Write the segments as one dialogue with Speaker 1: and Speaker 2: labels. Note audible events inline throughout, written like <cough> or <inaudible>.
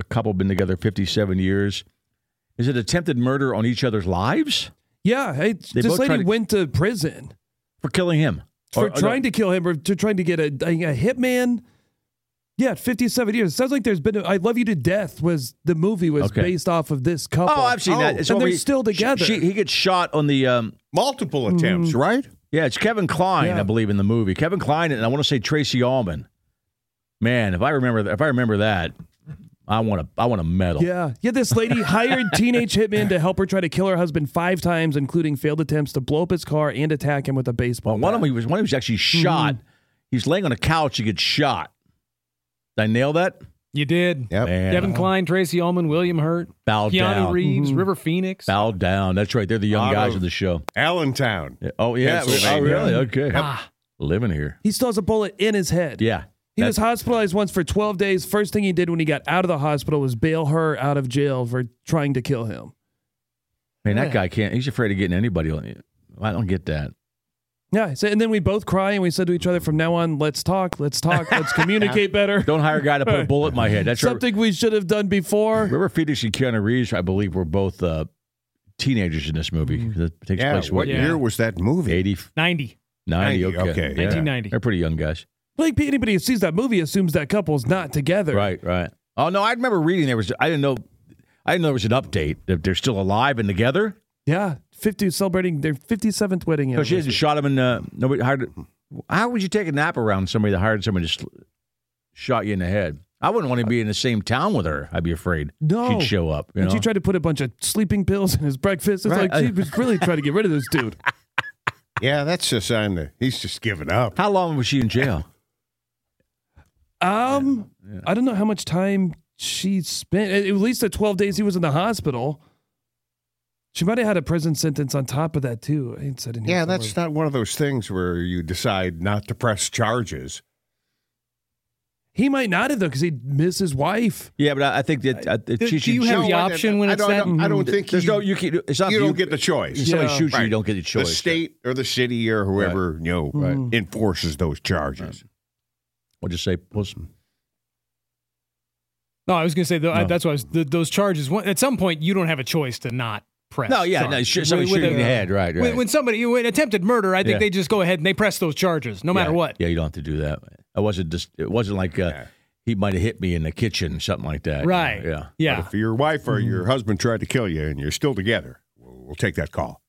Speaker 1: a couple been together 57 years. Is it attempted murder on each other's lives
Speaker 2: Yeah, hey,
Speaker 1: both
Speaker 2: this
Speaker 1: tried
Speaker 2: lady
Speaker 1: to- Oh,
Speaker 2: went to prison
Speaker 1: for killing him?
Speaker 2: for
Speaker 1: Or- or-
Speaker 2: trying to kill him or to trying to get a, a, a hitman. Yeah, 57 years. sounds like there's been a, I Love You to Death was the movie was
Speaker 1: Okay.
Speaker 2: based off of this couple.
Speaker 1: Oh, I've seen that. It's
Speaker 2: and
Speaker 1: over-
Speaker 2: they're still
Speaker 1: she-
Speaker 2: together. Hmm.
Speaker 1: she- he gets shot on the. Um,
Speaker 3: Multiple attempts, right?
Speaker 1: yeah, it's Kevin Klein,
Speaker 2: Yeah.
Speaker 1: I believe, in the movie. Kevin Klein, and I want to say Tracy Allman. Man, if I remember, th- if I remember that, I want to. I want a medal.
Speaker 2: yeah. Yeah, this
Speaker 1: <laughs>
Speaker 2: lady hired teenage hitman to help her try to kill her husband five times, including failed attempts to blow up his car and attack him with a baseball.
Speaker 1: Well, one of
Speaker 2: bat.
Speaker 1: them he was one of them was actually
Speaker 2: Hmm.
Speaker 1: shot. He's laying on a couch. He gets shot. Did I nail that?
Speaker 4: You did.
Speaker 3: Yep.
Speaker 1: Man,
Speaker 4: Kevin Klein, Tracy Allman, William Hurt,
Speaker 1: bow
Speaker 4: Keanu
Speaker 1: down. Mm-hmm.
Speaker 4: Reeves, River Phoenix.
Speaker 1: Bow down. That's right. They're the young
Speaker 3: Lot
Speaker 1: guys
Speaker 3: of-
Speaker 1: of the show.
Speaker 3: Allentown.
Speaker 1: Yeah. Oh yeah. Oh
Speaker 3: Pennsylvania.
Speaker 1: really? Okay.
Speaker 4: Ah,
Speaker 1: Living here.
Speaker 2: He still has a bullet in his head.
Speaker 1: Yeah.
Speaker 2: He
Speaker 1: That-
Speaker 2: was hospitalized once for 12 days. First thing he did when he got out of the hospital was bail her out of jail for trying to kill him.
Speaker 1: Man, that guy can't. He's afraid of getting anybody on. I don't get that.
Speaker 2: Yeah. So, and then we both cry and we said to each other, from now on, let's talk, let's
Speaker 1: <laughs>
Speaker 2: talk, let's communicate better.
Speaker 1: Don't hire a guy to
Speaker 3: <laughs>
Speaker 1: put a bullet in my head. That's right.
Speaker 2: Something we should have done before.
Speaker 1: River Phoenix and Keanu Reeves, I believe, were both uh, teenagers in this movie. That takes
Speaker 3: Mm. Yeah,
Speaker 1: place
Speaker 3: what
Speaker 4: Yeah.
Speaker 3: year was that movie?
Speaker 1: 80,
Speaker 4: 90.
Speaker 1: 90,
Speaker 3: 90,
Speaker 1: okay.
Speaker 3: okay,
Speaker 1: Yeah.
Speaker 4: 1990.
Speaker 1: They're pretty young guys.
Speaker 2: Like anybody who sees that movie assumes that couple's not together.
Speaker 1: Right, right. Oh, no, I remember reading there was, I didn't know, I didn't know there was an update that they're still alive and together.
Speaker 2: Yeah. 50 celebrating their 57th wedding
Speaker 1: Because she
Speaker 2: anniversary.
Speaker 1: hasn't shot him in the, nobody hired, how would you take a nap around somebody that hired somebody to sl- shot you in the head? I wouldn't want to be in the same town with her. I'd be afraid
Speaker 2: No.
Speaker 1: she'd show up. You
Speaker 2: And
Speaker 1: know?
Speaker 2: she tried to put a bunch of sleeping pills in his breakfast. It's
Speaker 1: Right.
Speaker 2: like she was really trying to get rid of this
Speaker 1: <laughs>
Speaker 2: dude.
Speaker 3: Yeah, that's a sign that he's just giving up.
Speaker 1: How long was she in jail?
Speaker 2: Um, I don't know how much time she spent. At at least the twelve days he was in the hospital. She might have had a prison sentence on top of that too. I didn't- I didn't hear
Speaker 3: Yeah,
Speaker 2: somewhere.
Speaker 3: that's not one of those things where you decide not to press charges.
Speaker 2: he might not have though because he'd miss his wife.
Speaker 1: Yeah, but I, I think that I,
Speaker 4: Do-
Speaker 1: she
Speaker 4: do
Speaker 1: should
Speaker 4: you have the
Speaker 3: I-
Speaker 4: option when
Speaker 3: I
Speaker 4: it's
Speaker 3: don't- I
Speaker 4: that?
Speaker 3: don't- I don't
Speaker 1: Th-
Speaker 3: think
Speaker 1: Mm-hmm. there's
Speaker 3: you,
Speaker 1: no you can it's not
Speaker 3: you
Speaker 1: you
Speaker 3: don't get the choice.
Speaker 1: If somebody
Speaker 2: Yeah.
Speaker 1: shoots you,
Speaker 3: Right.
Speaker 1: you don't get the choice.
Speaker 3: The state or the city or whoever you know uh,
Speaker 2: Right.
Speaker 3: enforces those charges.
Speaker 1: We'll just say well, s-
Speaker 4: No, I was going to say, though, I,
Speaker 1: No.
Speaker 4: that's why I was, th those charges, one- at some point, you don't have a choice to not press.
Speaker 1: No, yeah, no,
Speaker 4: charges.
Speaker 1: shoot- somebody shoot you in the head, right,
Speaker 4: When,
Speaker 1: right.
Speaker 4: when somebody, when attempted murder, I think
Speaker 1: Yeah.
Speaker 4: they just go ahead and they press those charges, no matter
Speaker 1: yeah,
Speaker 4: what.
Speaker 1: Yeah, you don't have to do that. I wasn't just. It wasn't like uh, he might have hit me in the kitchen, something like that.
Speaker 4: Right.
Speaker 1: Yeah.
Speaker 4: Yeah.
Speaker 3: But if your wife or your husband tried to kill you and you're still together, we'll, we'll take that call.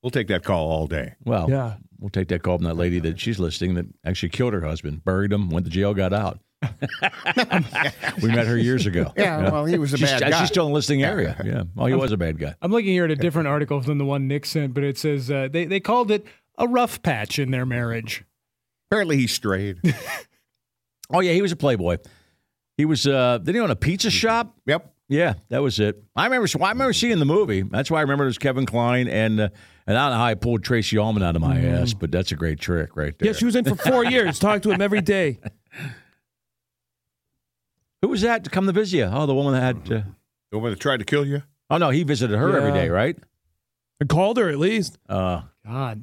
Speaker 3: We'll take that call all day.
Speaker 1: Well,
Speaker 2: Yeah.
Speaker 1: We'll take that call from that lady that she's listening that actually killed her husband, buried him, went to jail, got out.
Speaker 3: <laughs>
Speaker 1: we met her years ago.
Speaker 3: Yeah, well, he was a
Speaker 1: she's,
Speaker 3: bad guy.
Speaker 1: She's still in the listening area. Yeah. Well, he was a bad guy.
Speaker 4: I'm looking here at a different article than the one Nick sent, but it says uh, they, they called it a rough patch in their marriage.
Speaker 3: Apparently, he strayed.
Speaker 1: Oh yeah, he was a playboy. He was. uh Did he own a
Speaker 3: Mm-hmm.
Speaker 1: pizza shop?
Speaker 3: <laughs> yep.
Speaker 1: Yeah, that was it. I remember. I remember seeing the movie. That's why I remember it was Kevin Klein and uh, and I don't know how I pulled Tracy Allman out of my
Speaker 3: Mm-hmm.
Speaker 1: ass, but that's a great trick right there.
Speaker 2: Yeah, she was in for four years. Talked to him every day.
Speaker 1: Who was that to come to visit you? Oh, the woman that had. Uh,
Speaker 3: The one that tried to kill you?
Speaker 1: oh no, he visited her every
Speaker 2: Yeah.
Speaker 1: day, right?
Speaker 2: I called her at least.
Speaker 1: Uh,
Speaker 4: God.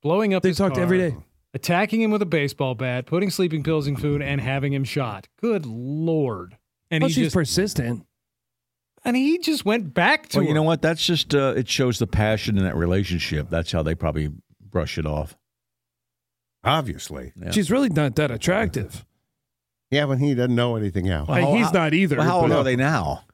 Speaker 4: Blowing up
Speaker 2: They
Speaker 4: his
Speaker 2: talked
Speaker 4: car,
Speaker 2: every day.
Speaker 4: attacking him with a baseball bat, putting sleeping pills in food, and having him shot. Good lord! And
Speaker 2: Plus,
Speaker 4: he
Speaker 2: she's
Speaker 4: just
Speaker 2: persistent.
Speaker 4: and he just went back to
Speaker 1: Well, you
Speaker 4: her.
Speaker 1: know what? That's just uh, it shows the passion in that relationship. That's how they probably brush it off.
Speaker 3: Obviously.
Speaker 1: Yeah.
Speaker 2: She's really not that attractive.
Speaker 3: Yeah, but he doesn't know anything else.
Speaker 2: Well, he's
Speaker 1: how-
Speaker 2: not either,
Speaker 1: Well, how old
Speaker 2: but-
Speaker 1: are they now?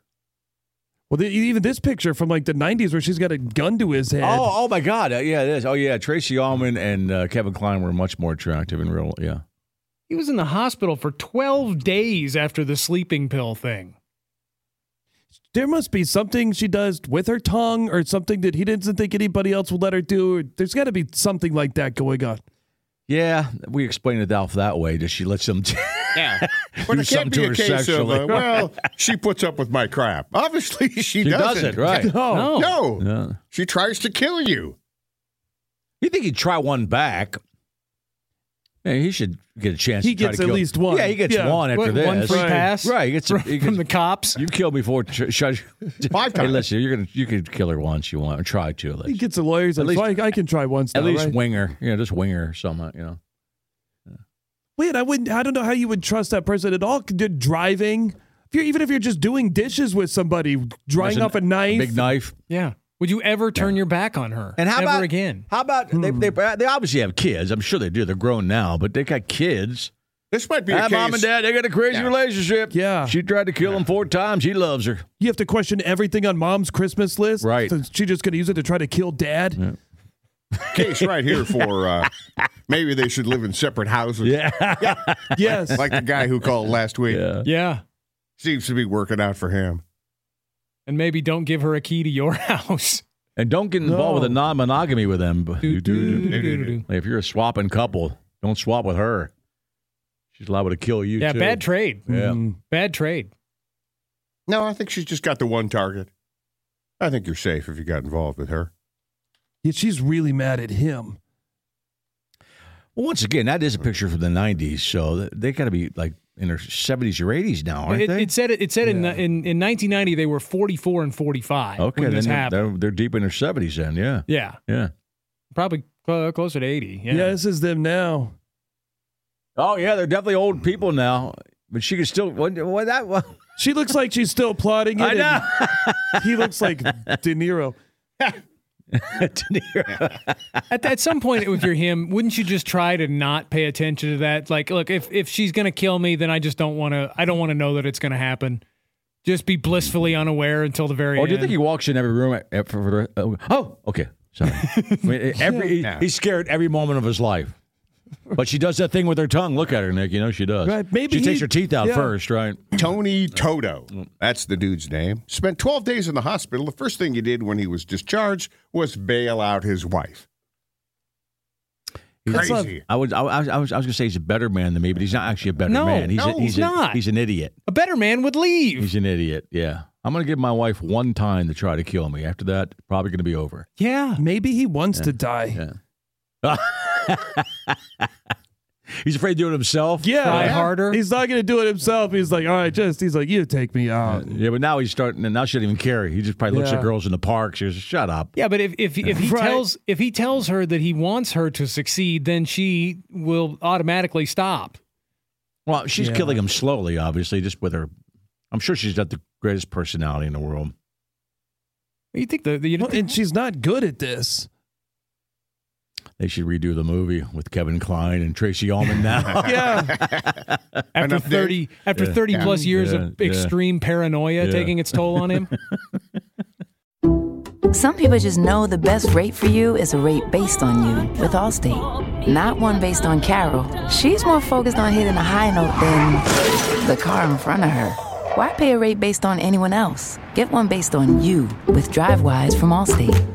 Speaker 2: Well, the, even this picture from like the '90s where she's got a gun to his head.
Speaker 1: Oh, oh my God! Uh, yeah, it is. Oh yeah, Tracy Allman and uh, Kevin Klein were much more attractive in real. Yeah,
Speaker 4: He was in the hospital for 12 days after the sleeping pill thing.
Speaker 2: There must be something she does with her tongue or something that he doesn't think anybody else would let her do. There's got to be something like that going on.
Speaker 1: yeah. We explained it out that way. Does she let them? <laughs>
Speaker 3: Yeah. But
Speaker 1: Do
Speaker 3: it
Speaker 1: something
Speaker 3: can't be
Speaker 1: to
Speaker 3: a
Speaker 1: her
Speaker 3: case of,
Speaker 1: sexually. <laughs>
Speaker 3: uh, well, she puts up with my crap. <laughs> Obviously, she,
Speaker 1: She doesn't, right?
Speaker 2: <laughs>
Speaker 1: <laughs>
Speaker 2: No.
Speaker 4: No.
Speaker 3: No.
Speaker 1: No.
Speaker 3: She tries to kill you.
Speaker 1: You think he'd try one back? Hey, he should get a chance.
Speaker 2: He
Speaker 1: to try
Speaker 2: gets
Speaker 1: to
Speaker 2: at
Speaker 1: kill-
Speaker 2: least one.
Speaker 1: Yeah, he gets
Speaker 2: Yeah.
Speaker 1: one after
Speaker 4: What,
Speaker 1: this.
Speaker 4: one free
Speaker 2: Right.
Speaker 4: pass
Speaker 1: Right, he gets a-
Speaker 4: from,
Speaker 1: he gets-
Speaker 4: from the cops.
Speaker 1: You've killed me four. Ch- sh- <laughs>
Speaker 3: Five
Speaker 1: Hey,
Speaker 3: times.
Speaker 1: listen, you're gonna you could kill her once you want, or try to at
Speaker 2: He
Speaker 1: least.
Speaker 2: gets a lawyer's
Speaker 1: At
Speaker 2: like,
Speaker 1: least-
Speaker 2: "Well, I, I can try once.
Speaker 1: At
Speaker 2: now,
Speaker 1: least
Speaker 2: right?
Speaker 1: winger, you know, just winger somehow, you know.
Speaker 2: Wait, I wouldn't. I don't know how you would trust that person at all. You're driving, if you're, even if you're just doing dishes with somebody, drying
Speaker 1: There's
Speaker 2: off a knife.
Speaker 1: big knife.
Speaker 4: yeah. Would you ever turn your back on her?
Speaker 1: And how
Speaker 4: ever
Speaker 1: about
Speaker 4: again?
Speaker 1: How about they, they? They obviously have kids. I'm sure they do. They're grown now, but they got kids.
Speaker 3: This might be
Speaker 1: Ah,
Speaker 3: a case.
Speaker 1: mom and dad, they got a crazy
Speaker 3: Yeah.
Speaker 1: relationship.
Speaker 2: Yeah.
Speaker 1: she tried to kill him four times. He loves her.
Speaker 2: You have to question everything on mom's Christmas list.
Speaker 1: Right.
Speaker 2: So she's just going to use it to try to kill dad.
Speaker 4: <laughs>
Speaker 3: case
Speaker 1: <laughs>
Speaker 3: right here for uh, maybe they should live in separate
Speaker 1: <laughs>
Speaker 3: houses.
Speaker 1: Yeah,
Speaker 2: Yes.
Speaker 3: Like the guy who called last week.
Speaker 1: yeah.
Speaker 4: Yeah.
Speaker 3: Seems to be working out for him.
Speaker 4: And maybe don't give her a key to your <laughs> house.
Speaker 1: And don't get involved with a non-monogamy with them.
Speaker 4: Do, do, do, do, do, do.
Speaker 1: Like, if you're a swapping couple, don't swap with her. She's liable to kill you.
Speaker 4: Yeah,
Speaker 1: too.
Speaker 4: bad trade. Mm-hmm.
Speaker 1: Yeah.
Speaker 4: Bad trade.
Speaker 3: No, I think she's just got the one target. I think you're safe if you got involved with her.
Speaker 2: Yeah, she's really mad at him.
Speaker 1: Well, once again, that is a picture from the '90s, so th- they got to be like in their 70s or 80s now, aren't
Speaker 4: It,
Speaker 1: they?
Speaker 4: it said it said in, in in 1990 they were 44 and 45
Speaker 1: okay,
Speaker 4: when
Speaker 1: then
Speaker 4: this
Speaker 1: they're,
Speaker 4: happened.
Speaker 1: they're, they're deep in their 70s then. Yeah,
Speaker 4: Yeah,
Speaker 1: yeah.
Speaker 4: probably cl- closer to 80.
Speaker 2: Yeah.
Speaker 4: Yeah.
Speaker 2: this is them now.
Speaker 1: Oh yeah, they're definitely old people now. But she could still. What, what that? <laughs> What,
Speaker 2: She looks like she's still plotting it.
Speaker 1: I
Speaker 2: and
Speaker 1: know.
Speaker 2: <laughs> He looks like De Niro.
Speaker 1: De Niro.
Speaker 4: At, at some point, if you're him, <laughs> wouldn't you just try to not pay attention to that? Like, look, if if she's gonna kill me, then I just don't want to. I don't want to know that it's gonna happen. Just be blissfully unaware until the very
Speaker 1: Or
Speaker 4: end.
Speaker 1: Oh, do you think he walks in every room? At, at- for, for, the- oh, okay. Sorry. I mean, every he- he's scared every moment of his life. But she does that thing with her tongue. Look at her, Nick. You know she does.
Speaker 2: Right, maybe
Speaker 1: she takes
Speaker 2: he-
Speaker 1: her teeth out
Speaker 2: yeah.
Speaker 1: first, right?
Speaker 3: Tony Toto. That's the dude's name. Spent 12 days in the hospital. The first thing he did when he was discharged was bail out his wife.
Speaker 1: He's-
Speaker 3: Crazy.
Speaker 1: I was I was I was, I was going to say he's a better man than me, but he's not actually a better
Speaker 4: No,
Speaker 1: man. He's a-
Speaker 4: no,
Speaker 1: he's
Speaker 4: he's
Speaker 1: a-
Speaker 4: not.
Speaker 1: He's an idiot.
Speaker 4: a better man would leave?
Speaker 1: He's an idiot. Yeah. I'm going to give my wife one time to try to kill me. After that, probably going to be over.
Speaker 4: yeah,
Speaker 2: Maybe he wants to die.
Speaker 1: He's afraid to do it himself.
Speaker 2: Yeah.
Speaker 4: Try harder.
Speaker 2: He's not going to do it himself. He's like, all right, just, he's like, you take me out.
Speaker 1: Yeah, but now he's starting, and now she doesn't even care. He just probably looks
Speaker 2: Yeah.
Speaker 1: at girls in the park. She goes, "Shut up."
Speaker 4: yeah. But if if
Speaker 1: <laughs>
Speaker 4: if he
Speaker 2: Right.
Speaker 4: tells if he tells her that he wants her to succeed, then she will automatically stop.
Speaker 1: Well, she's
Speaker 2: Yeah.
Speaker 1: killing him slowly, obviously, just with her. I'm sure she's not the greatest personality in the world.
Speaker 4: You think the, the you
Speaker 2: Well,
Speaker 4: think-
Speaker 2: and she's not good at this.
Speaker 1: They should redo the movie with Kevin Klein and Tracy Ullman now.
Speaker 2: Yeah.
Speaker 4: after
Speaker 3: An update?
Speaker 4: thirty after thirty plus years
Speaker 1: Yeah,
Speaker 4: of
Speaker 1: yeah.
Speaker 4: extreme paranoia
Speaker 1: Yeah.
Speaker 4: taking its toll on him?
Speaker 1: <laughs>
Speaker 5: Some people just know the best rate for you is a rate based on you with Allstate, not one based on Carol. She's more focused on hitting a high note than the car in front of her. Why pay a rate based on anyone else? Get one based on you with DriveWise from Allstate.